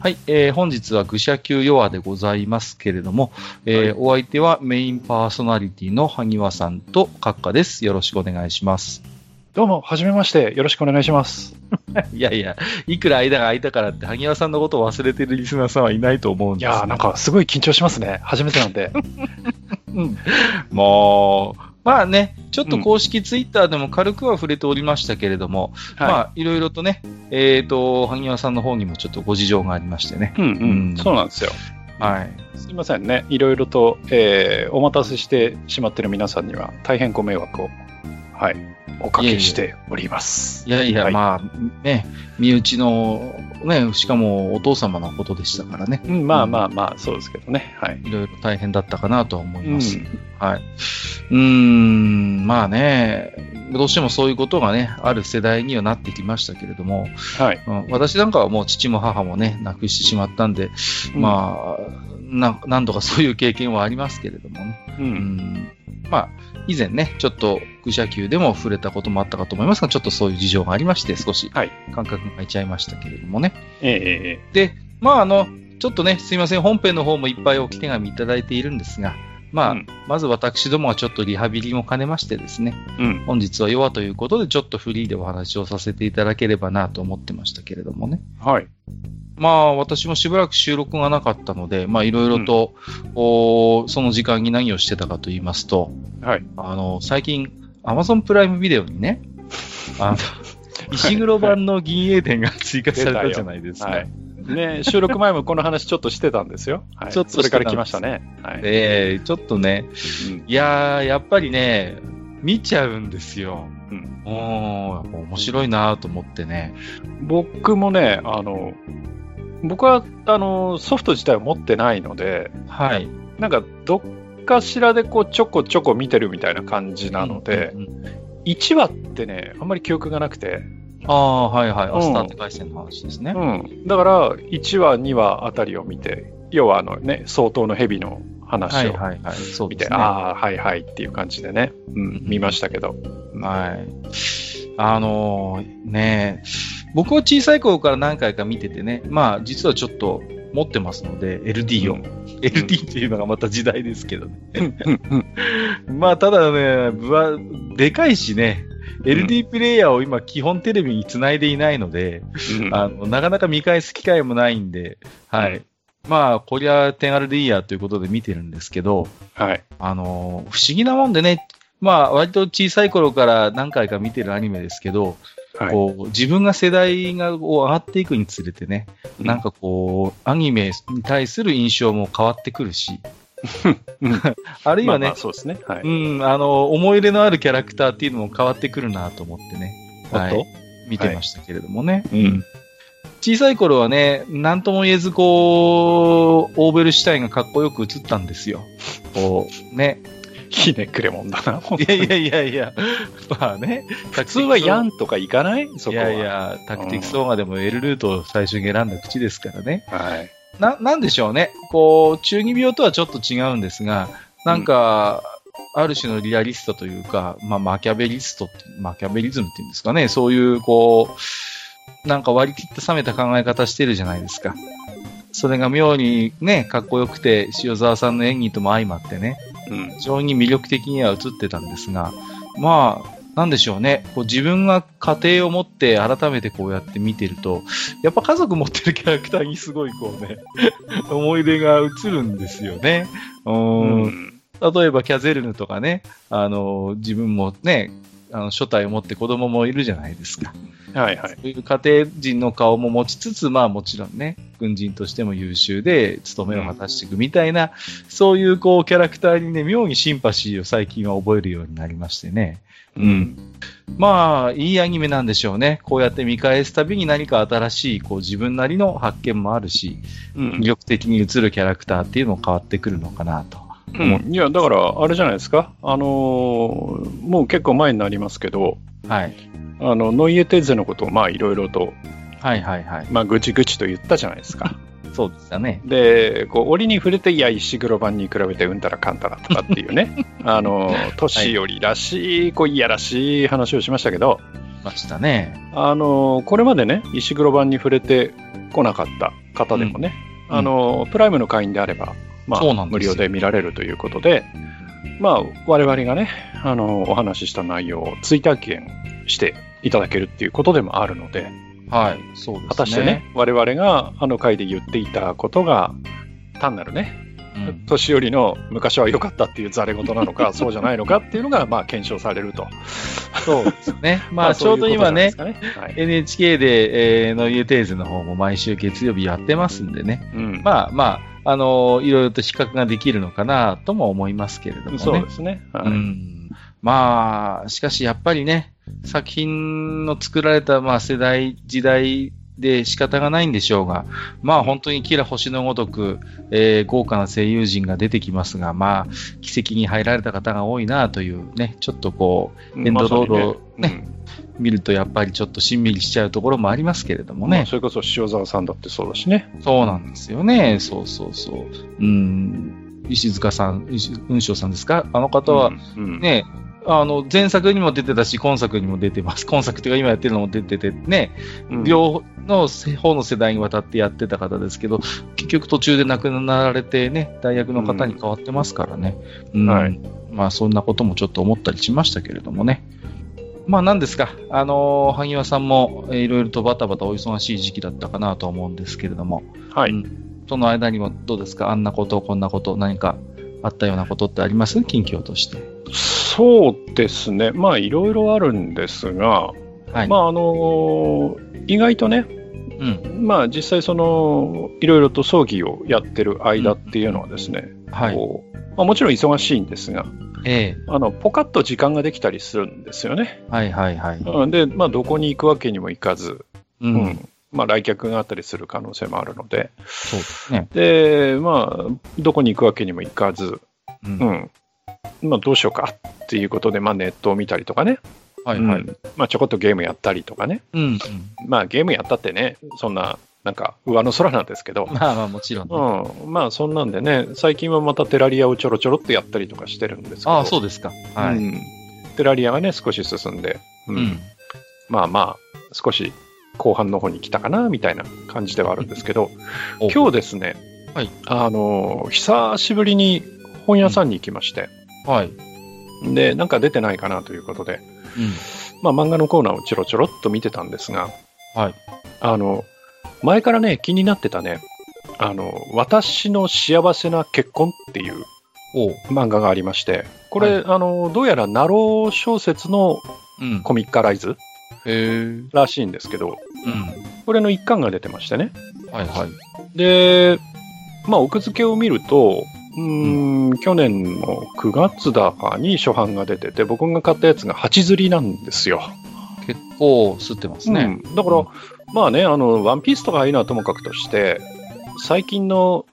はい、えー本日は愚者級ヨアでございますけれども、えーお相手はメインパーソナリティの萩和さんと閣下です。よろしくお願いします。どうも、はじめまして。よろしくお願いします。 いやいや、いくら間が空いたからって萩和さんのことを忘れてるリスナーさんはいないと思うんでいすよやー、なんかすごい緊張しますね。初めて なんで。もう、まあね、ちょっと公式ツイッターでも軽くは触れておりましたけれども、まあ、いろいろとね、えっ、と、萩和さんの方にもちょっとご事情がありましてね。い。うんうんそうなんですよ。はい。すいませんね。いろいろと、えーお待たせしてしまってる皆さんには、大変ご迷惑を、はい、おかけしております。いやいや、はいまあ、ね、身内の、ね、しかもお父様のことでしたからね、うん、まあまあまあ、そうですけどね。はい。いろいろ大変だったかなとは思いうます。んはい。うーん、まあね、どうしてもそういうことがね、ある世代にはなってきましたけれども、はい。うん私なんかはもう父も母もね、亡くしてしまったんで、まあ、な何度かそういう経験はありますけれどもね。あ、う。うんんまあ、以前ね、ちょっと、愚者級でも触れたこともあったかと思いますが、ちょっとそういう事情がありまして、少しはい感覚が空いちゃいましたけれどもね。ええええで、まあ、あの、ちょっとね、すいません、本編の方もいっぱいおき手紙いただいているんですが、まあ、うんまず私どもはちょっとリハビリも兼ねましてですね、うん。本日は弱ということで、ちょっとフリーでお話をさせていただければなと思ってましたけれどもね。はい。まあ、私もしばらく収録がなかったので、まあ、いろいろと、おーその時間に何をしてたかと言いますと、はい。あの、最近、Amazon プライムビデオにね、 あの、石黒版の銀英伝が追加されたじゃないですか。はい。ね、収録前もこの話ちょっとしてたんですよ。は い。ちょっとそれから来まししてたたんね。はい。ええちょっとね、うんいやー、やっぱりね、見ちゃうんですよ。うおーやっぱ面白いなと思ってね。僕もね、あの、僕はあのソフト自体を持ってないので、はい。なんかどっかしらでこうちょこちょこ見てるみたいな感じなので、うんうんうん1話ってね、あんまり記憶がなくて、ああ、はいはい。うんアスターテ回線の話ですね。うん、だから1話、2話あたりを見て、要はあのね、相当の蛇のは話いをはいはい。そう見でて、すね。ああ、はいはいっていう感じでね、うん、見ましたけど。はい。あのーねえ僕は小さい頃から何回か見ててね、まあ実はちょっと持ってますので、LD を。うん LD っていうのがまた時代ですけどね。うんうん まあただね、ぶわ、でかいしね、LD プレイヤーを今基本テレビにつないでいないので、うんあの、なかなか見返す機会もないんで、はい。うんまあ、こりゃ手軽でいいやということで見てるんですけど、はい。あのー不思議なもんでね、まあ、割と小さい頃から何回か見てるアニメですけど、はい。こう自分が世代がこう上がっていくにつれてね、なんかこう、アニメに対する印象も変わってくるし、 あるいはまあね、まあそうですね。はい。うん、あの、思い入れのあるキャラクターっていうのも変わってくるなと思ってね、はおっい、見てましたけれどもね。とうん。小さい頃はね、なんとも言えず、こう、オーベルシュタインがかっこよく映ったんですよ。こう、ね。ひねくれもんだな、本い当やにいやいやいや、まあね、普普通はヤンとかいかないそいこは。やいや、タクティクスオーガでも L ルートを最初に選んだ口ですからね。はい。な、なんでしょうね。こう、中二病とはちょっと違うんですが、なんか、ある種のリアリストというか、まあ、マキャベリストって、マキャベリズムっていうんですかね。そういう、こう、なんか割り切った冷めた考え方してるじゃないですか。それが妙にね、かっこよくて、塩沢さんの演技とも相まってね、うん。非常に魅力的には映ってたんですが、まあ、なんでしょうね。こう自分が家庭を持って改めてこうやって見てると、やっぱ家族持ってるキャラクターにすごいこうね、 思い出が映るんですよね。ううんん。例えばキャゼルヌとかね、あの、自分もね、あの、初代を持って子供もいるじゃないですか。はいはい。そういう家庭人の顔も持ちつつ、まあもちろんね、軍人としても優秀で、務めを果たしていくみたいな、そういうこうキャラクターにね、妙にシンパシーを最近は覚えるようになりましてね。うん。まあ、いいアニメなんでしょうね。こうやって見返すたびに何か新しい、こう自分なりの発見もあるし、う魅ん。力的に映るキャラクターっていうのも変わってくるのかなと。うんいや、だから、あれじゃないですか。あのーもう結構前になりますけど、はい。あの、ノイエテーゼのことを、まあ、いろいろと、はいはいはい。まあ、ぐちぐちと言ったじゃないですか。そうでしたね。で、こう、折に触れて、いや、石黒版に比べて、うんたらかんたらとかってい うね、あのー、年寄りらしい、こう、いやらしい話をしましたけど、ましたね。あのこれまでね石黒版に触れて来なかった方でもね、うんあのプライムの会員であれば、まそうあ、なん無ですよ料で見られるということで、まあ、我々がねあのお話しした内容を追体験していただけるっていうことでもあるのではい、そうですね。果たしてね我々があの回で言っていたことが単なるねうん年寄りの昔は良かったっていうざれ言な のかそうじゃないのかっていうのがまあ検証されるとそうですね。 まあ、ちそょいうどこ今じゃないでねす、かはい NHK で、えー、ノイエテーゼの方も毎週月曜日やってますんでね。うんまあまあ、あのーいろいろと比較ができるのかなとも思いますけれどもね。そうですね、はいうんまあ、しかしやっぱりね、作品の作られた、まあ、世代、時代で仕方がないんでしょうが、まあ本当にキラ星のごとく、えー豪華な声優陣が出てきますが、まあ、奇跡に入られた方が多いなというね、ちょっとこエンドロールをまさにねう、見るとやっぱりちょっとしんみりしちゃうところもありますけれどうもんまねあ。それこそ塩沢さんだってそうだしね。そうなんですよね。そうそうそう。うん。石塚さん、石雲翔さんですかあの方は、うん、ね、あの、前作にも出てたし、今作にも出てます。今作というか今やってるのも出ててね、うん両の方の世代にわたってやってた方ですけど、結局途中で亡くなられてね、大学の方に変わってますからね。うんはいまあそんなこともちょっと思ったりしましたけれどもね。まあ何ですか、あのー萩和さんもえーいろいろとバタバタお忙しい時期だったかなと思うんですけれども、はい、うんその間にもどうですか、あんなこと、こんなこと、何かあったようなことってあります近況として。そうですね、まあいろいろあるんですが、はい。まああの意外とね、うん。まあ、実際その、いろいろと葬儀をやってる間っていうのはですね、はい。こうまあ、もちろん忙しいんですが、ええあのポカッと時間ができたりするんですよね。はいはいはい。うんで、まあ、どこに行くわけにもいかず、ううんん。まあ、来客があったりする可能性もあるので、そうですね。でまあ、どこに行くわけにもいかず、うんうんまあ、どうしようかっていうことで、まあ、ネットを見たりとかね、はいはうい。んまあ、ちょこっとゲームやったりとかね、うん。まあ、ゲームやったってね、そんな、なんか上の空なんですけど、まあまあもちろんね。うん、まあそんなんでね、最近はまたテラリアをちょろちょろっとやったりとかしてるんですけど、ああ、そうですか。はうい。んテラリアがね、少し進んで、うんうん。まあまあ、少し後半の方に来たかなみたいな感じではあるんですけど、今日ですね、はいあの久しぶりに本屋さんに行きまして、日はい。で、なんか出てないかなということで、うん。まあ、漫画のコーナーをちょろちょろっと見てたんですが、はい。あの前からね、気になってたね、あの私の幸せな結婚っていうおう。漫画がありまして、これ、あのどうやらナロー小説のうん。コミッカライズへえ。うん。らしいんですけど、これの一巻が出てましてね。はいはい。で、まあ、奥付けを見ると、うーん、去年の9月だかに初版が出てて、僕が買ったやつが8釣りなんですよ。結構吸ってますね。うん、だから、うんまあね、あの、ワンピースとかああいうのはともかくとして、最近の、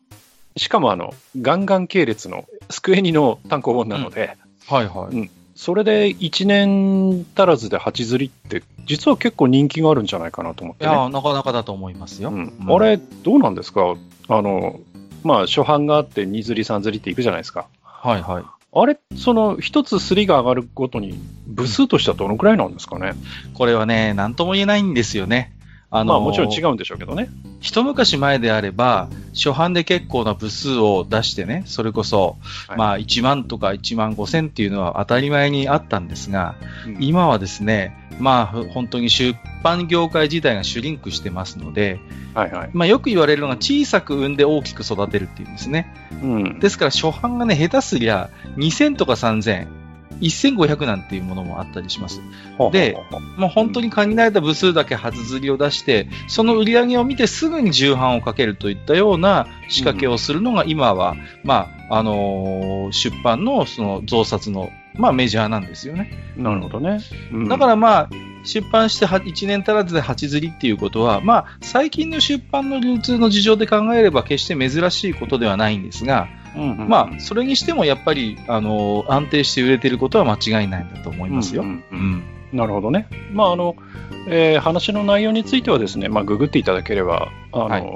しかもあの、ガンガン系列の、スクエニの単行本なので、はいはい。それで1年足らずで8釣りって、実は結構人気があるんじゃないかなと思っいて、ね。や、なかなかだと思いますよ。うんうんあれ、どうなんですかあの、まあ、初版があって2釣り3釣りっていくじゃないですか。はいはい。あれ、その、一つ釣りが上がるごとに、部数としてはどのくらいなんですかね、これはね、なんとも言えないんですよね。あのまあ、もちろん違う。うんでしょうけどね。一昔前であれば、初版で結構な部数を出してね、それこそ、はいまあ1万とか1万5千っていうのは当たり前にあったんですが、うん今はですね、まあ、ふ本当に出版業界自体がシュリンクしてますので、はいはい。まあ、よく言われるのが小さく産んで大きく育てるっていうんですね。うん。ですから初版がね、下手すりゃ2000とか3000、1500なんていうものもあったりします。ほうほうほうでもう本当に限られた部数だけ初釣りを出して、その売り上げを見てすぐに重版をかけるといったような仕掛けをするのが今は、まあ、あのー出版のその増刷の、まあ、メジャーなんですよね。なるほどね。うんだからまあ、出版して1年足らずで8釣りっていうことは、まあ、最近の出版の流通の事情で考えれば決して珍しいことではないんですが、うんうんまあ、それにしてもやっぱり、あのー安定して売れてることは間違いないんだと思いますよ。うんううんんうんなるほどね。まあ、あの、えー話の内容についてはですね、まあ、ググっていただければ、あの、はい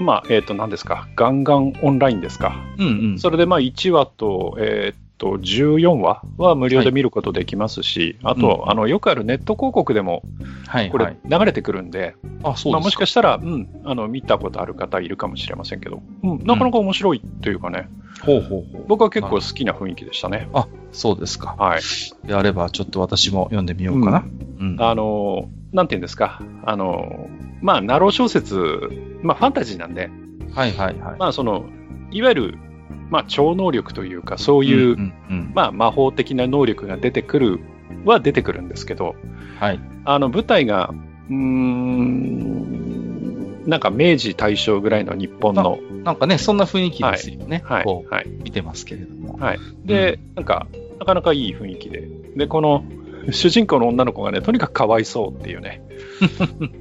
まあ、えっ、と、何ですか、ガンガンオンラインですか。うんうんそれでまあ1話と,、えーっと、14話は無料で見ることできますし、あと、あの、よくあるネット広告でも、はい、こはれい。流れてくるんで、あ、そうまあ、ですもしか。かしたら、うん、あの見たことある方いるかもしれませんけど、うん、なかなか面白いというかね、ほうほうほう。僕は結構好きな雰囲気でしたね。そうですか。はい。やれば、ちょっと私も読んでみようかな。うん。あの、なんていうんですか、あの、まあ、ナロー小説、まあ、ファンタジーなんで、はいはいはい。まあ、その、いわゆる、まあ、超能力というか、そういう、んうんまあ、魔法的な能力が出てくるは出てくるんですけど、うん。はい。あの、舞台が、うーん、なんか明治大正ぐらいの日本の、なんかね、そんな雰囲気ですよね。はいこ、はい。う、見てますけれども。はいで、なんか、なかなかいい雰囲気で。で、この、主人公の女の子がね、とにかくかわいそうってい うね。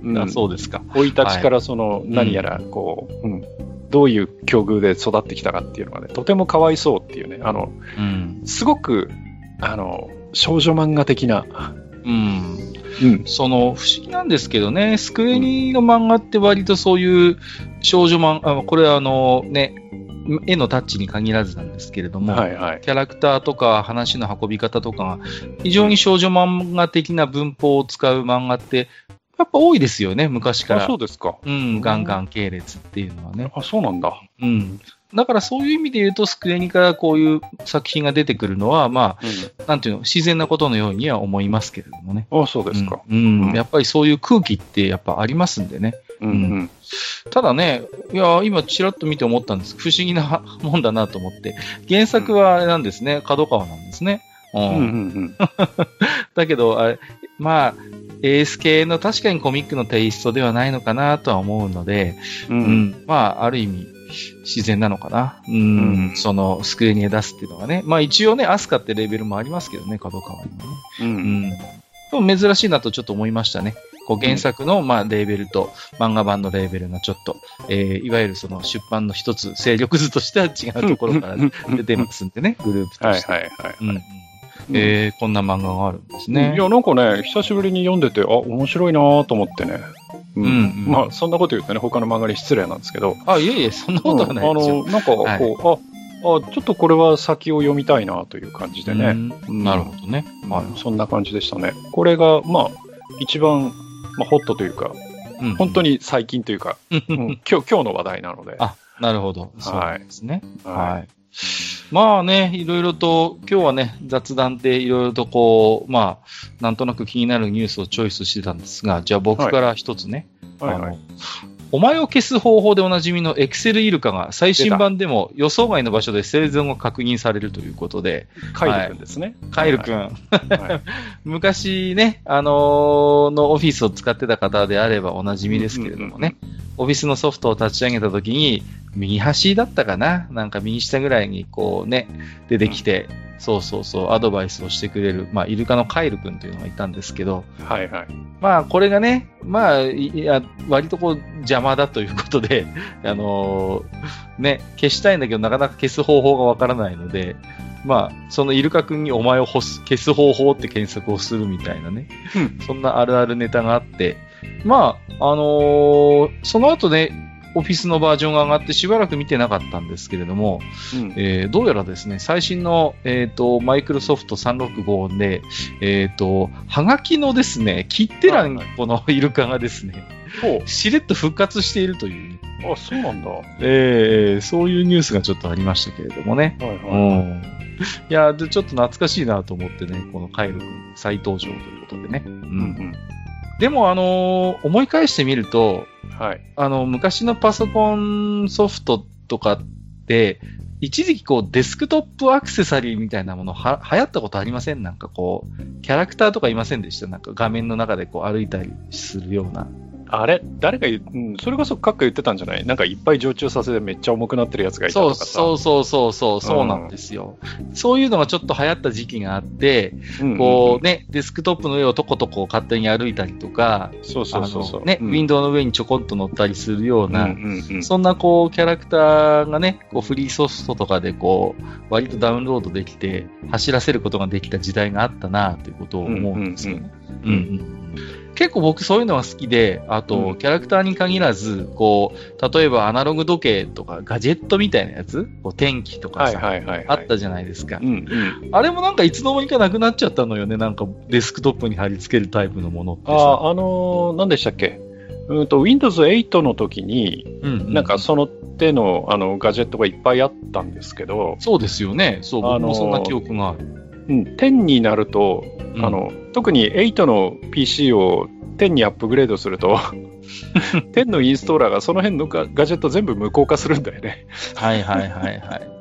うんあうんそうですか。生い立ちからその、何やら、こう、うんどういう境遇で育ってきたかっていうのがね、とてもかわいそうっていうね、あの、うん。すごく、あの、少女漫画的な、うん。うん、その不思議なんですけどね、スクエニの漫画って割とそういう少女漫画、あこれはあのね、絵のタッチに限らずなんですけれども、はいはい。キャラクターとか話の運び方とかが非常に少女漫画的な文法を使う漫画ってやっぱ多いですよね、昔かあ、そらう。ですか。うん、ガンガン系列っていうのはね。あ、そうなんだ。うん。だからそういう意味で言うと、スクエニからこういう作品が出てくるのは、まうあ、なんていうの、自然なことのようには思いますけれどもね。ん。あ、そうですか。うん、うんうんやっぱりそういう空気ってやっぱありますんでね。うんん、うん。ただね、いや、今ちらっと見て思ったんです不思議なもんだなと思って。原作はあれなんですね、角川なんですね。ううんん、うん、だけど、あれまあ、エース系の確かにコミックのテイストではないのかなとは思うので、ううんん。まあ、ある意味、自然なのかな。うん、うんその、スクエニへ出すっていうのがね。まあ一応ね、アスカってレベルもありますけどね、角川にもね。う。うんん。でも珍しいなとちょっと思いましたね。こう原作の、まあ、レーベルと漫画版のレーベルがちょっと、えーいわゆるその出版の一つ、勢力図としては違うところから出てますんでね、グループとはいして。はいはい。うんうんえーこんな漫画があるんですねい。や、なんかね、久しぶりに読んでて、あ、面白いなと思ってね。うんうんうんまあ、そんなこと言うとね、他の漫画に失礼なんですけど。あ、いえいえ、そんなことはないですよ。うんあの、なんか、こう、はいあ、あ、ちょっとこれは先を読みたいなという感じでね。うんなるほどね。はうんいそんな感じでしたね。これが、まあ、一番、まあ、ホットというか、うん本当に最近とい うか、ううんん今日、今日の話題なので。あなるほど。そうなんですね。ははい。まあね、いろいろと、今日はね、雑談でいろいろとこう、まあ、なんとなく気になるニュースをチョイスしてたんですが、じゃあ僕から一つね、い。はいはあいの、お前を消す方法でおなじみのエクセルイルカが最新版でも予想外の場所で生存が確認されるということで、カイル君ですね。カイル君、はい。昔ね、あのーのオフィスを使ってた方であればおなじみですけれどもね、オフィスのソフトを立ち上げた時に、右端だったかななんか右下ぐらいにこうね、出てきて、そうそうそう、アドバイスをしてくれる、まあ、イルカのカイル君というのがいたんですけど、はいはい。まあ、これがね、まあ、いや、割とこう、邪魔だということで、 あのーね、消したいんだけど、なかなか消す方法がわからないので、まあ、そのイルカ君にお前を干す消す方法って検索をするみたいなね、うんそんなあるあるネタがあって、まあ、あのーその後ね、オフィスのバージョンが上がってしばらく見てなかったんですけれども、うんえーどうやらですね、最新の、えっ、と、マイクロソフト365で、えっ、と、はがきのですね、切手欄、はいこのイルカがですね、ほしれっと復活しているというね、うあ、そうなんだ。はえーそういうニュースがちょっとありましたけれどもね。いはうい。ん。いや、で、ちょっと懐かしいなと思ってね、このカイル君再登場ということでね。う。うんんでも、あのー思い返してみると、うん。はい。あの、昔のパソコンソフトとかって、一時期こうデスクトップアクセサリーみたいなものは流行ったことありませんなんかこう、キャラクターとかいませんでしたなんか画面の中でこう歩いたりするような。あれ誰か言う、うん、それこそ閣下言ってたんじゃないなんかいっぱい常駐させてめっちゃ重くなってるやつがいたそとうかさ。そうそうそうそう、そうなんですよ。そういうのがちょっと流行った時期があって、うんこうね、デスクトップの上をとことこ勝手に歩いたりとか、そうそうそうそあう。のね、うんウィンドウの上にちょこんと乗ったりするような、うんうんうんそんなこうキャラクターがね、こうフリーソフトとかでこう割とダウンロードできて走らせることができた時代があったなということを思うんですよね。うんうんうんうんうん結構僕そういうのが好きで、あうと、んキャラクターに限らず、こう、例えばアナログ時計とかガジェットみたいなやつ、こう天気とかはいさ、はいはいはい。あったじゃないですかう。んうん。あれもなんかいつの間にかなくなっちゃったのよね、なんかデスクトップに貼り付けるタイプのものってあさ。あ、あのー、何でしたっけうーんと、Windows 8の時に、うんうんなんかその手のあのガジェットがいっぱいあったんですけど、そうですよね。そう、あ僕のーもそんな記憶がある。うん、10になると、うんあ、の特に8の PC を10にアップグレードす ると10のインストーラーがその辺のガガジェット全部無効化するんだよね。はいはいはいはい。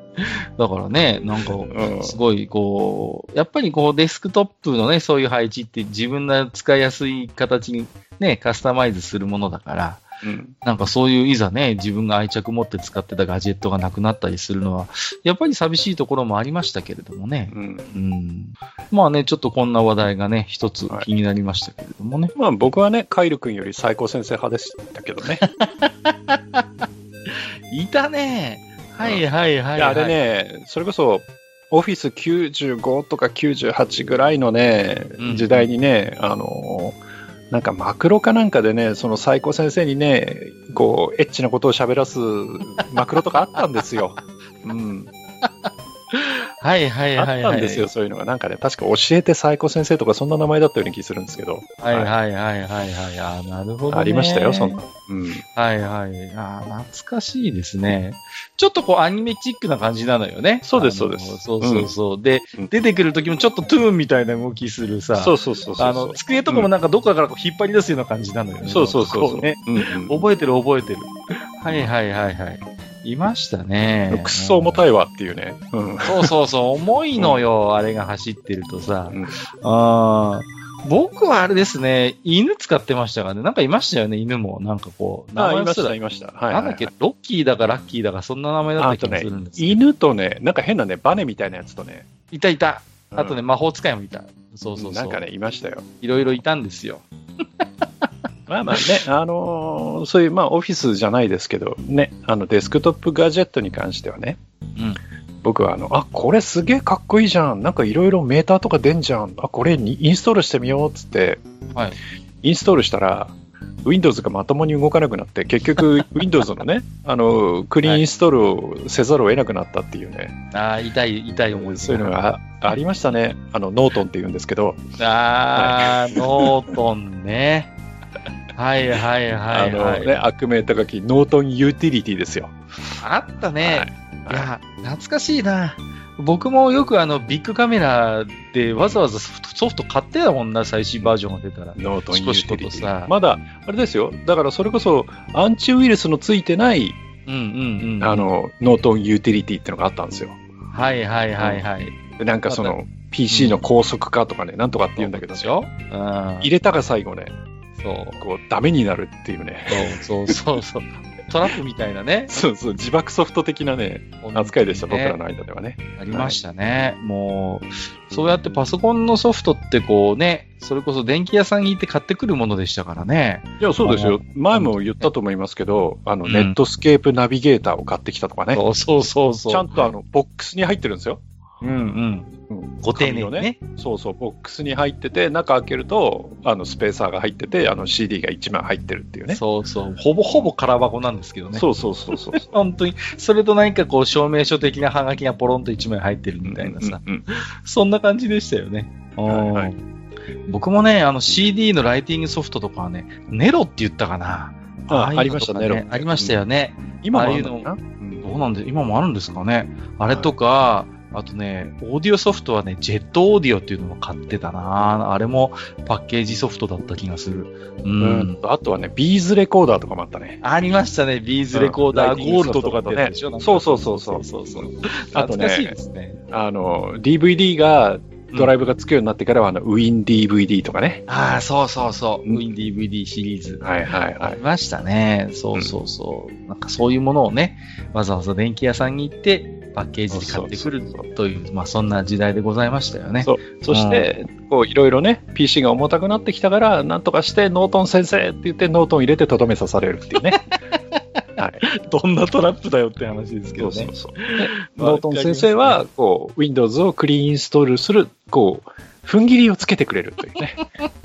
だからね、なんか、うんすごい、こう、やっぱりこう、デスクトップのね、そういう配置って自分の使いやすい形にね、カスタマイズするものだから、うんなんかそういういざね、自分が愛着持って使ってたガジェットがなくなったりするのは、やっぱり寂しいところもありましたけれどもね。うんうん。まあね、ちょっとこんな話題がね、一つはい気になりましたけれどもね。まあ、僕はね、カイル君より最高先生派でしたけどね。い、たねはいはいはい、はいいやあれ。ね、それこそ、オフィス95とか98ぐらいのねう、ん時代にね、あのーなんかマクロかなんかでね、その最高先生にね、こう、エッチなことを 喋らすマクロとかあったんですよ。うん、はいはいあはい、はっい。たんですよ、。そういうのが。なんかね、確か教えて最高先生とか、そんな名前だったような気するんですけど、はいはいはいはいはい。あーなるほど、ね。ありましたよ、そんな。うん、はいはい。あー懐かしいですね。ちょっとこうアニメチックな感じなのよね。そうですあのそうですそうそうそう。でうん、出てくる時もちょっとトゥーンみたいな動きするさ。そうそうそうそう。あの、机とかもなんかどっかからこう引っ張り出すような感じなのよね。そうそうそうこそう。ね。うんうん覚えてる覚えてる。はいはいはいはい。いましたね。くっそ重たいわっていうね。うんそうそうそう、重いのよ、あれが走ってるとさ。うんあー僕はあれですね、犬使ってましたからね、なんかいましたよね、犬も。なんかこう、名あ、い前ま忘しれた、たいました。はいはいなはいんだっけ、ロッキーだかラッキーだか、そんな名前だったあ気とがねするんで、すけど犬とね、なんか変なね、バネみたいなやつとね、いたいた。うんあとね、、魔法使いもいた。そうそうそう。なんかね、いましたよ。いろいろいたんですよ。ま あまあね、あのーそういう、まあ、オフィスじゃないですけど、ね、あのデスクトップガジェットに関してはね、うん僕はあの、あ、これすげえかっこいいじゃん、なんかいろいろメーターとか出んじゃん、あ、これにインストールしてみようっつって、はいインストールしたら、Windows がまともに動かなくなって、結局、Windows のね、あの、クリーンインストールをせざるを得なくなったっていうね、ああ、痛い、痛い思いすそうるいうのがあありましたね。あの、ノートンって言うんですけど、ああ、ノートンね。はいはいはあいのはい。あ,、ね、悪名高きノートンユーティリティですよ。ったね。いはいや、懐かしいな。僕もよくあのビッグカメラでわざわざソフトソフト買ってたもんな、最新バージョンが出たら。ノートンユーティリシコテシコとさィ。まだ、あれですよ。だからそれこそ、アンチウイルスのついてない、うんうんうん。あ、の、ノートンユーティリティってのがあったんですよ。はいはいはいはい。でなんかそまの、PC の高速化とかね、なんとかって言うんだけど、でしょうん入。れたが最後ね、そう。こう、ダメになるっていうね。 そうそうそうそう。 トラップみたいなね。そうそう、自爆ソフト的なね、扱いでした、僕らの間ではね。ありましたね。もう、そうやってパソコンのソフトってこうね、それこそ電気屋さんに行って買ってくるものでしたからね。いや、そうですよ。前も言ったと思いますけど、あの、ネットスケープナビゲーターを買ってきたとかね。そうそうそうそう。ちゃんとあの、ボックスに入ってるんですよ。うんうん。うんご丁寧紙にをね。そうそう、ボックスに入ってて、中開けると、あのスペーサーが入ってて、あの CD が1枚入ってるっていうね。そうそう。ほぼほぼ空箱なんですけどね。そうそうそうそう。本当に、それと何かこう、証明書的なハガキがポロンと1枚入ってる みたいなさ、うんうんそんな感じでしたよね。はいはいうん僕もね、あの CD のライティングソフトとかはね、ネロって言ったかな。うんあありましたね、ロックありましたよね。今もあああいうるののかなどうなんで、今もあるんですかね。あれとか、あとね、オーディオソフトはね、ジェットオーディオっていうのも買ってたな。あれもパッケージソフトだった気がする。う。うんんあとはね、ビーズレコーダーとかもあったね。ありましたね、ビーズレコーダー、うんライティングソフトとかとねやつでしょなんかそうそうそうそうそうそう。あと懐ねかしいですね。あの、DVD が、ドライブがつくようになってからは、あの、WinDVD とかね。ああ、そうそうそう。うん WinDVD シリーズ。はいはいあはいり。ましたね。そうそうそう。なんかそういうものをね、わざわざ電気屋さんに行って、パッケージで買ってくるそうそうという、まあそんな時代でございましたよね。そうそして、こういろいろね、PC が重たくなってきたから、なんとかして、ノートン先生って言って、ノートン入れてとどめ刺されるっていうね。はい、どんなトラップだよって話です そうそうそう。まあノートン先生は、こう、Windows をクリーンインストールする、こう、踏ん切りをつけてくれるというね。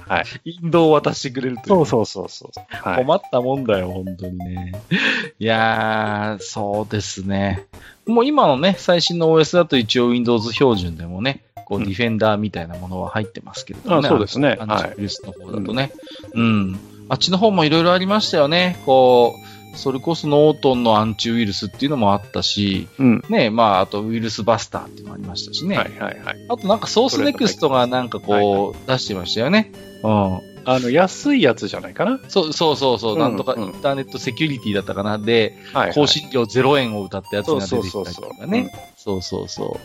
はい。引導を渡してくれるという。そうそうそうそう。はい。困ったもんだよ、本当にね。 いやー、そうですね。もう今のね、最新の OS だと一応 Windows 標準でもね、こう、うんディフェンダーみたいなものは入ってますけれどもね。あそうですねアンチアンチウイルスの方だとね。うん。あっちの方もいろいろありましたよね。こう、それこそノートンのアンチウイルスっていうのもあったし、うん。ね、まあ、あとウイルスバスターっていうのもありましたしね。はいはいはい。あとなんかソースネクストがなんかこう、出してましたよね。うん。あの、安いやつじゃないかな。そうそうそうそう、うんなんとかイうんンターネットセキュリティだったかな。で、はい、はい。更新料0円を歌ったやつそうがそ出うてきそうたりそとかう。ね。そうそうそう。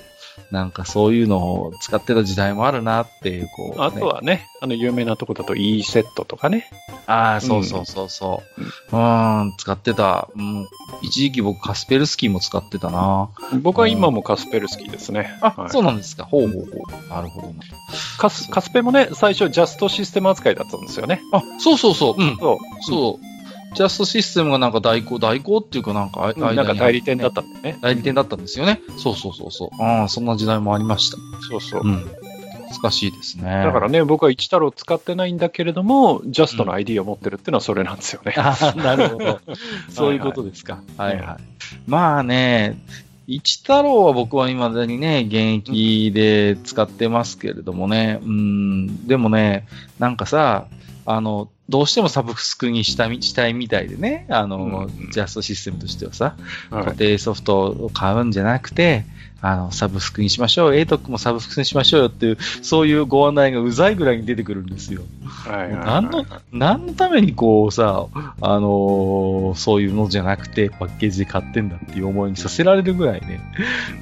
なんかそういうのを使ってた時代もあるなっていう、こう、うんあとはね、あの、有名なとこだと E セットとかね。ああ、そうそうそうそう。うーん、使ってた。うん、一時期僕、カスペルスキーも使ってたな。僕は今もカスペルスキーですね。あ、はいそうなんですか。ほうほうほう。なるほどな。カスカスペもね、最初ジャストシステム扱いだったんですよね。あ、そうそうそう。うん、そう。そう。ジャストシステムがなんか代行、代行っていうかなんか、あ。うんなんか代理店だったたんだよね。代理店だったんですよね。そうそうそうそう。ああ、そんな時代もありました。そうそう。うん。難しいですね。だからね、僕は一太郎使ってないんだけれども、ジャストの ID を持ってるっていうのはそれなんですよね。 あーなるほど。 そういうことですか。ははいいはいはい。まあね、一太郎は僕は未だにね、現役で使ってますけれどもね、うん、でもね、なんかさ、あの、どうしてもサブスクにしたみしたいみたいでね、あの、うんジャストシステムとしてはさ、はい固定ソフトを買うんじゃなくて、あの、サブスクにしましょう、ATOC もサブスクにしましょうよっていう、そういうご案内がうざいぐらいに出てくるんですよ。はいはいはい何の何のためにこうさ、あのーそういうのじゃなくてパッケージで買ってんだっていう思いにさせられるぐらいね、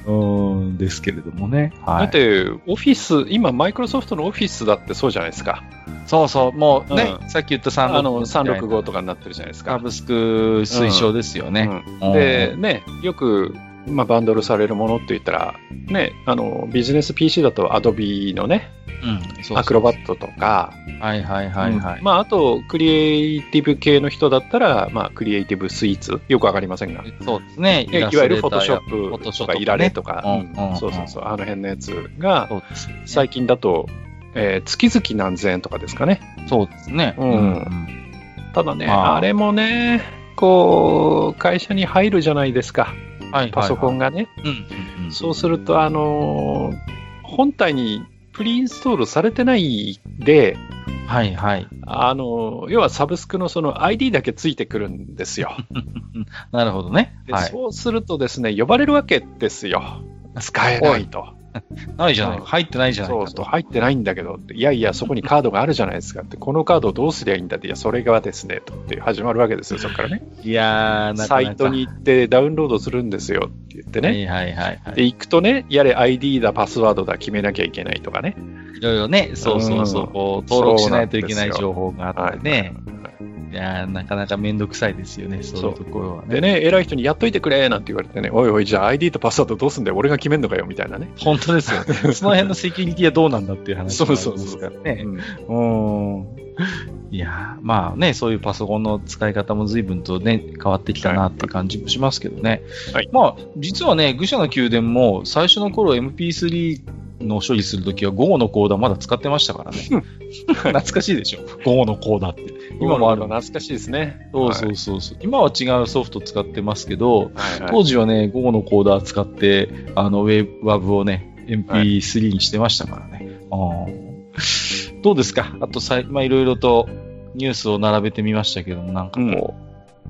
うーん、ですけれどもね。はだっい。て、オフィス、今、マイクロソフトのオフィスだってそうじゃないですか。そうそう、もうね、うさっき言ったあ365の、365とか。かになってるじゃないですサか。ブスク推奨ですよね。うんで、ね、よく、まあ、バンドルされるものって言ったら、ね、あの、ビジネス PC だと Adobe のね、うん、うんそうそうアクロバットとか、はいはいはいはい。うんまあ、あと、クリエイティブ系の人だったら、まあ、クリエイティブスイーツ、よくわかりませんが、そうですね。いわゆるフォトショフォットプショとップとかかねイラレとか、うんうんうんそうそうそう、あの辺のやつが、そうですね。最近だと、えー月々何千円とかですかね。そうですね。うんんただね、まああれもね、こう、会社に入るじゃないですか、はいパソコンが。がね。うんうんうん。そうすると、あのー本体にプリインストールされてないで、はいはい。あのー要はサブスクのその ID だけついてくるんですよ。なるほどね。ではい。そうするとですね、呼ばれるわけですよ。使えないと。ないじゃないか。入ってないじゃないかそと。うそう、入ってないんだけどって、いやいや、そこにカードがあるじゃないですかって、このカードをどうすりゃいいんだって、いや、それがですね、とって始まるわけですよ、そこからね。いやー、なかなかサイトに行ってダウンロードするんですよって言ってね。はいはいはい、はで、い。行くとね、やれ ID だ、パスワードだ、決めなきゃいけないとかね。いろいろね、そうそうそう、うんこう、登録しないといけない情報があってね。はいいやー、なかなかめんどくさいですよね、そういうところはね。でね、偉い人にやっといてくれなんて言われてね、おいおい、じゃあ ID とパスワードどうすんだよ、俺が決めんのかよ、みたいなね。本当です よ、ね。その辺のセキュリティはどうなんだっていう話もありますそうそうそうからね。うんうーん。いやー、まあね、そういうパソコンの使い方も随分とね、変わってきたなっていう感じもしますけどね。はいまあ、実はね、愚者の宮殿も最初の頃 MP3 の処理するときは午後のコーダまだ使ってましたから ね。懐かしいでしょ。午後のコーダって。今もある懐かしいですね。そうそうそうそう、今は違うソフト使ってますけど、はいはい当時はね、午後のコーダー使って、あの、ウェブワブをね、MP3 にしてましたからね。うんどうですかあとさい、まあ、いろいろとニュースを並べてみましたけども、なんかこ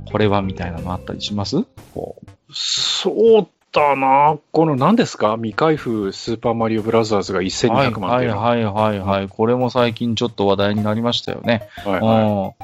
う、これはみたいなのあったりしますこうそうだな、この何ですか、未開封スーパーマリオブラザーズがはい1200万はっていいうのははいはいはい。これも最近ちょっと話題になりましたよね。いはい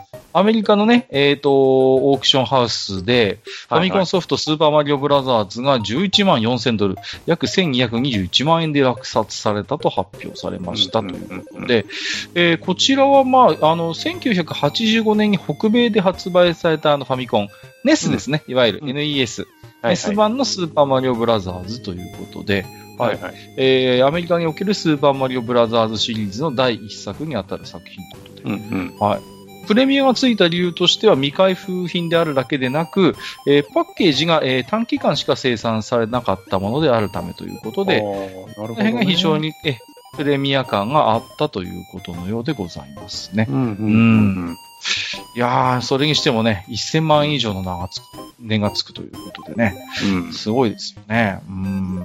うんアメリカのね、えっ、と、オークションハウスで、ファミコンソフトスーパーマリオブラザーズが11万4000ドル、約1221万円で落札されたと発表されましたといううんうんうんでえーこちらは、まあ、あの、1985年に北米で発売されたあのファミコン、ネスですね、いわゆるうん NES、はいはい NES 版のスーパーマリオブラザーズということで、はいはいえーアメリカにおけるスーパーマリオブラザーズシリーズの第一作にあたる作品ということで、うんうんプレミアがついた理由としては未開封品であるだけでなく、えーパッケージが、えー短期間しか生産されなかったものであるためということで、あーなるほどねこの辺が非常に、えプレミア感があったということのようでございますね。うんうんうんいやー、それにしてもね、1000万以上の名がつく、値がつくということでね、うんすごいですよね。うん。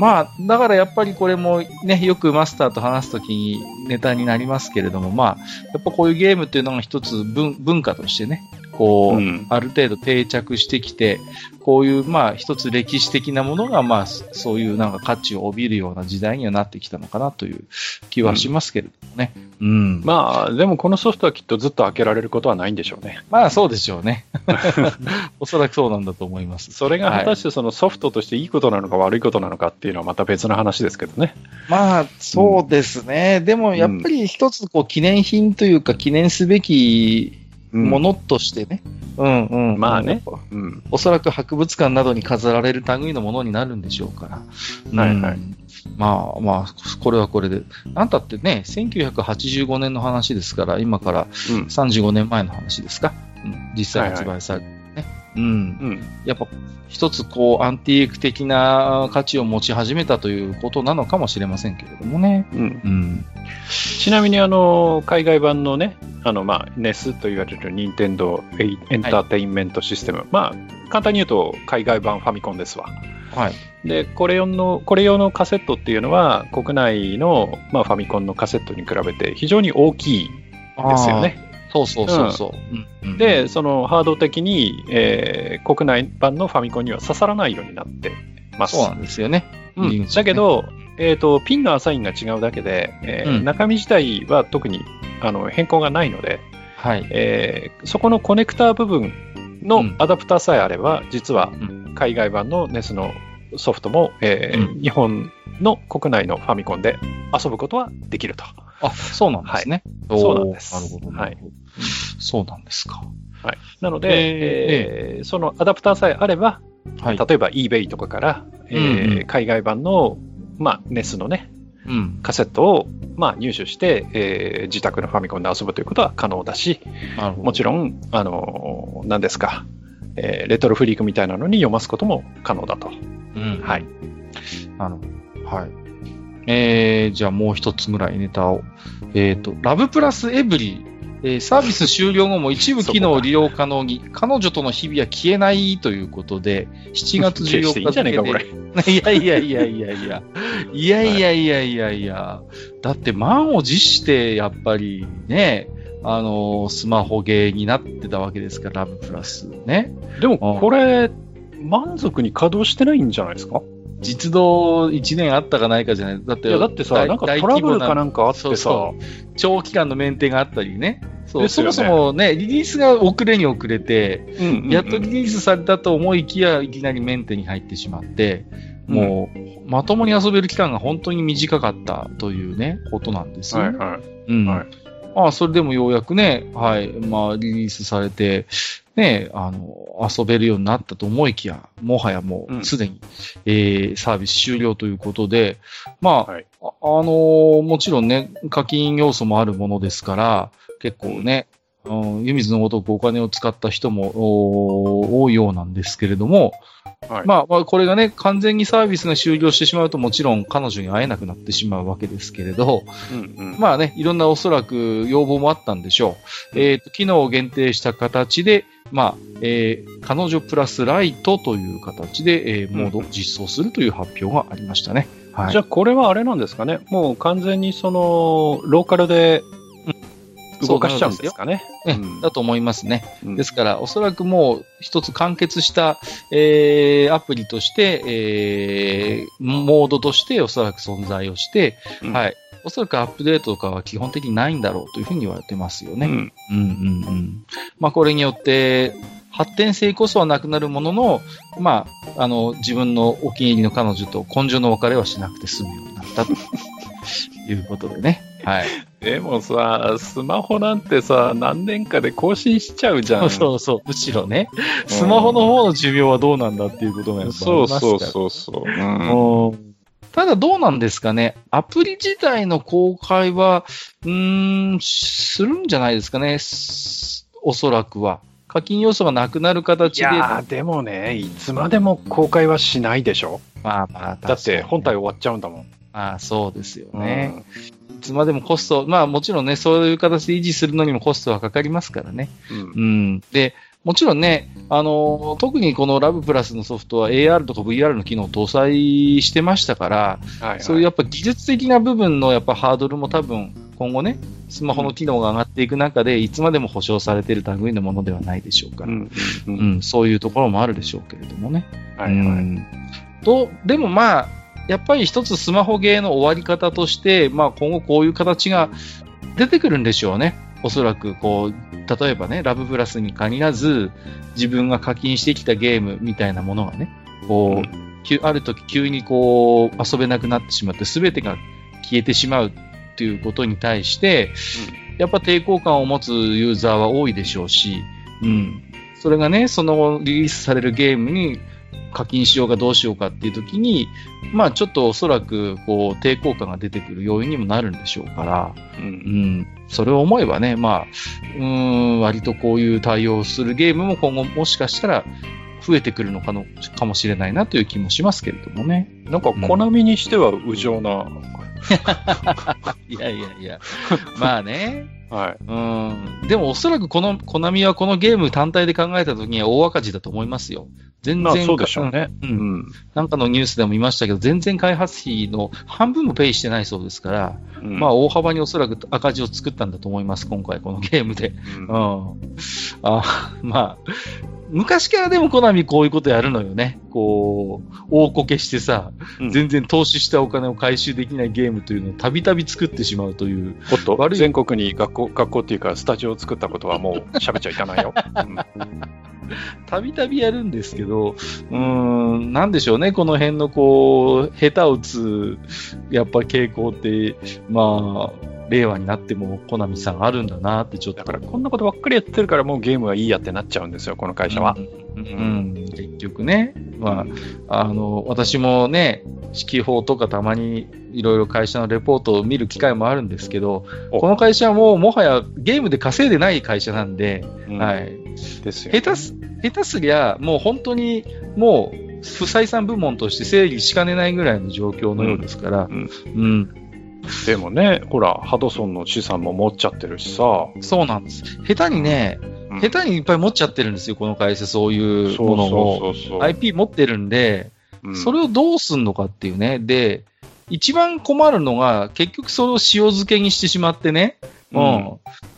まあ、だからやっぱりこれもね、よくマスターと話すときにネタになりますけれども、まあ、やっぱこういうゲームっていうのが一つ文文化としてね、こう、うんある程度定着してきて、こういう、まあ、一つ歴史的なものが、まあ、そそういうなんか価値を帯びるような時代にはなってきたのかなという気はしますけれどもね。うん。ままあ、でもこのソフトはきっとずっと開けられることはないんでしょうね。あ、そうでしょうね。 おそらくそうなんだと思います。それが果たしてそのソフトとしていいことなのか悪いことなのかっていうのはまた別の話ですけどね。まあ、そうですね。でも、やっぱり一つ、こう、記念品というか、記念すべきうんものとしてね。うん、うん、まあね。やっぱうん。おそらく博物館などに飾られる類のものになるんでしょうから。はいはいうんまあまあ、これはこれで。なんたってね、1985年の話ですから、今からうん。 35年前の話ですか。うん、実際発売されてね。うん。うん。やっぱ、一つこう、アンティーク的な価値を持ち始めたということなのかもしれませんけれどもね。うん、うん。ちなみにあの海外版のね、あのまあ NES と言われる任天堂エイエンターテインメントシステム、まあ簡単に言うと海外版ファミコンですわ。はい。でこれ用のこれ用のカセットっていうのは国内の、まあ、ファミコンのカセットに比べて非常に大きいですよね。あー。そうそうそうそう。うんうんで、そのハード的に、えー国内版のファミコンには刺さらないようになってます。そうなんですよね。うん入り口ねだけど、えーと、ピンのアサインが違うだけで、えーうん中身自体は特にあの変更がないので、はい。えーそこのコネクター部分うのんアダプターさえあれば、実はん海外版の NES のソフトも、えー日本の国内のファミコンで遊ぶことはできると。あ、そうなんですね。いおーそうなんですなるほど。はないるほど。そうなんですか。はい、なので、ええーそのアダプターさえあれば、はい。例えば eBay とかから、えーうんうん海外版の、まあ、NES のね、うん。カセットを、まあ、入手して、えー自宅のファミコンで遊ぶということは可能だし、なるほど。もちろん、あのー何ですか、えーレトロフリークみたいなのに読ますことも可能だと。うん。はい。なるほど。はい。えー、じゃあもう一つぐらいネタを。えっ、と、ラブプラスエブリー。えーサービス終了後も一部機能を利用可能に、彼女との日々は消えないということで、7月消していい14んじ日ゃね付えでか、こ れ。いやいやいやいやいや。いやいやいやいやいや。だって満を持して、やっぱりね、あのスマホゲーになってたわけですから、ラブプラスね。でも、うんこれ、満足に稼働してないんじゃないですか実動1年あったかないかじゃない。だっいて、や、だってさ、大なんか大トラ規ブ模ルかなんかあってそさ、うそう長期間のメンテがあったりね。そう、ですそよもねそもね、リリースが遅れに遅れて、うんうんうんやっとリリースされたと思いきや、いきなりメンテに入ってしまって、もう、まともに遊べる期間が本当に短かったというね、ことなんですよはね。いはい。うん。はいまあ、それでもようやくね、はい、まあ、リリースされて、ね、あの、遊べるようになったと思いきや、もはやもうんう、すでに、えーサービス終了ということで、まあ、はいああのーもちろんね、課金要素もあるものですから、結構ね、うん、湯水のごとくお金を使った人もお多いようなんですけれども、はいまあ、まあ、これがね、完全にサービスが終了してしまうと、もちろん彼女に会えなくなってしまうわけですけれど、うんうんまあね、いろんなおそらく要望もあったんでしょう。えっ、と、機能を限定した形で、まあ、えー彼女プラスライトという形で、えーモードを実装するという発表がありましたね。はい。じゃあこれはあれなんですかね、もう完全にそのローカルで動かしちゃうんですかね。ねうんだと思いますね。うんですから、おそらくもう一つ完結した、えーアプリとして、えーモードとしておそらく存在をして、うんはい。おそらくアップデートとかは基本的にないんだろうというふうに言われてますよね。うんうんうんうん。まあ、これによって、発展性こそはなくなるものの、まあ、あの、自分のお気に入りの彼女と根性の別れはしなくて済むようになったということでね。はい。でもさ、スマホなんてさ、何年かで更新しちゃうじゃん。そうそう、むしろね、スマホの方の寿命はどうなんだっていうことがやっぱありそまうすからそうそうそう。うんうんただどうなんですかね。アプリ自体の公開は、うーん、するんじゃないですかね。すおそらくは。課金要素がなくなるい形で。やーでもね、いつまでも公開はしないでしょ。まあまあ、だって本体を。終わっちゃうんだもん。あまあ、そうですようんね。いつまでもコスト、まあもちろんね、そういう形で維持するのにもコストはかかりますからね。うんうん。で、もちろんね、あの、特にこのラブプラスのソフトは AR とか VR の機能を搭載してましたから、はいはいそういうやっぱ技術的な部分のやっぱハードルも多分今後ね、スマホの機能が上がっていく中で、いつまでも保証されている類のものではないでしょうかうら、うんんうんうんそういうところもあるでしょうけれどもね。はういはいんとでもまあやっぱり一つスマホゲーの終わり方として、まあ、今後こういう形が出てくるんでしょうね。おそらくこう例えばねラブプラスに限らず自分が課金してきたゲームみたいなものがねこう、急ある時急にこう遊べなくなってしまって全てが消えてしまうっていうことに対して、やっぱ抵抗感を持つユーザーは多いでしょうし、うん、それがねその後リリースされるゲームに課金しようかどうしようかっていう時に、まあちょっとおそらくこう抵抗感が出てくる要因にもなるんでしょうから、ううんん、それを思えばね、まあ、うーん、割とこういう対応をするゲームも今後もしかしたら増えてくるのかのかもしれないなという気もしますけれどもね。なんか、コナミにしては無情な、いやいやいや、 まあね。はい。うん、でもおそらくこの、コナミはこのゲーム単体で考えた時には大赤字だと思いますよ。全まあ、然、そうでしょうね。うん。ううんん。なんかのニュースでも見ましたけど、全然開発費の半分もペイしてないそうですから、うんまあ、大幅におそらく赤字を作ったんだと思います、今回、このゲームで。ううんん。あまあ、昔からでもコナミこういうことやるのよね。こう、大こけしてさ、うん全然投資したお金を回収できないゲームというのをたびたび作ってしまうという。おっと、悪い全国に学校、学校っていうか、スタジオを作ったことはもう喋っちゃいかな いよ。うんたびたびやるんですけど、うーん、なんでしょうね、この辺のこう、下手を打つ、やっぱ傾向って、まあ、令和になっても、コナミさんあるんだなって、ちょっと。だから、こんなことばっかりやってるから、もうゲームはいいやってなっちゃうんですよ、この会社は。うん、うん結局ね、まあ、あの、私もね、指揮法とかたまにいろいろ会社のレポートを見る機会もあるんですけど、おこの会社はもうもはやゲームで稼いでない会社なんで、うんはい。ですよね。下手す、下手すりゃ、もう本当に、もう、不採算部門として整理しかねないぐらいの状況のようですから、ううんん、でもね、ほら、ハドソンの資産も持っちゃってるしさ。そうなんです。下手にね、うん下手にいっぱい持っちゃってるんですよ、この会社、そういうそもうのを。そうそうそう。 IP 持ってるんで、うんそれをどうすんのかっていうね。で、一番困るのが、結局それを塩漬けにしてしまってね。ううんん。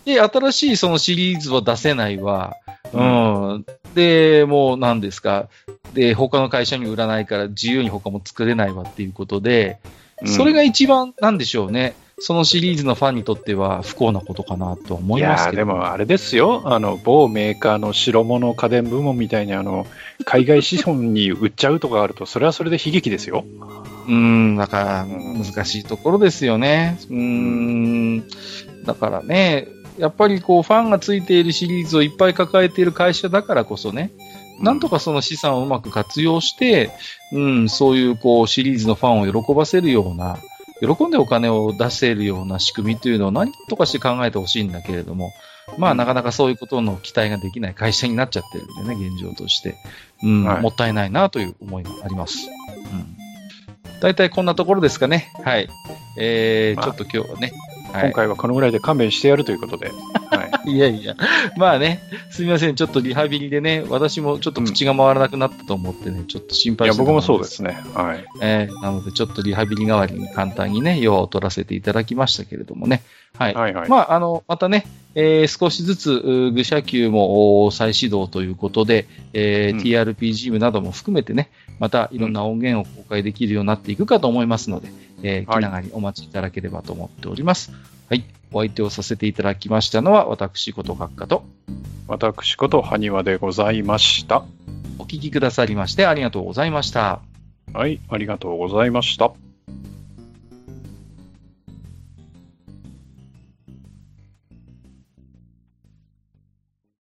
で、新しいそのシリーズは出せないわ。ううん。で、もう何ですか。で、他の会社に売らないから自由に他も作れないわっていうことで、それが一番なんでしょうね。そのシリーズのファンにとっては不幸なことかなとは思いいやますーけでど。もあれですよ、あの某メーカーの白物家電部門みたいにあの海外資本に売っちゃうとかあると、それはそれで悲劇ですよ。うん、だからうん難しいところですよね。うん、だからね、やっぱりこうファンがついているシリーズをいっぱい抱えている会社だからこそね、なんとかその資産をうまく活用して、うん、そういうこうシリーズのファンを喜ばせるような、喜んでお金を出せるような仕組みというのを何とかして考えてほしいんだけれども、まうあんなかなかそういうことの期待ができない会社になっちゃってるんでね、現状として。うん、はいもったいないなという思いがあります。うん。大体こんなところですかね。はい。えーまあちょっと今日はね。は今い回はこのぐらいで勘弁してやるということで、 はい、いやいや、まあね、すみません、ちょっとリハビリでね、私もちょっと口が回らなくなったと思ってね、ちょっと心い配やしてた僕もそもうのですね、はいえーなので、ちょっとリハビリ代わりに簡単にね、用を取らせていただきましたけれどもね。はい。はいはいまあ、あの、またね、えー少しずつ、うー愚者級もおー再始動ということで、えーうん TRPG なども含めてね、またいろんな音源を公開できるようになっていくかと思いますので、えーはい気長にお待ちいただければと思っております。はい。お相手をさせていただきましたのは、私、こと学科と、私こと埴輪でございました。お聞きくださりまして、ありがとうございました。はい、ありがとうございました。